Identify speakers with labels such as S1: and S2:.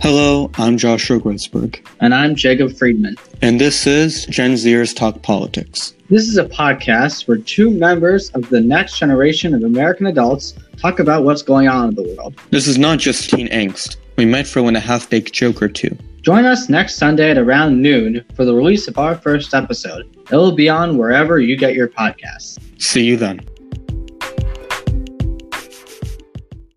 S1: Hello, I'm Josh Rogensberg,
S2: And I'm Jacob Friedman.
S1: and this is Gen Zers Talk Politics.
S2: This is a podcast where two members of the next generation of American adults talk about what's going on in the world.
S1: This is not just teen angst. We might throw in a half baked joke or two.
S2: Join us next Sunday at around noon for the release of our first episode. It'll be on wherever you get your podcasts.
S1: See you then.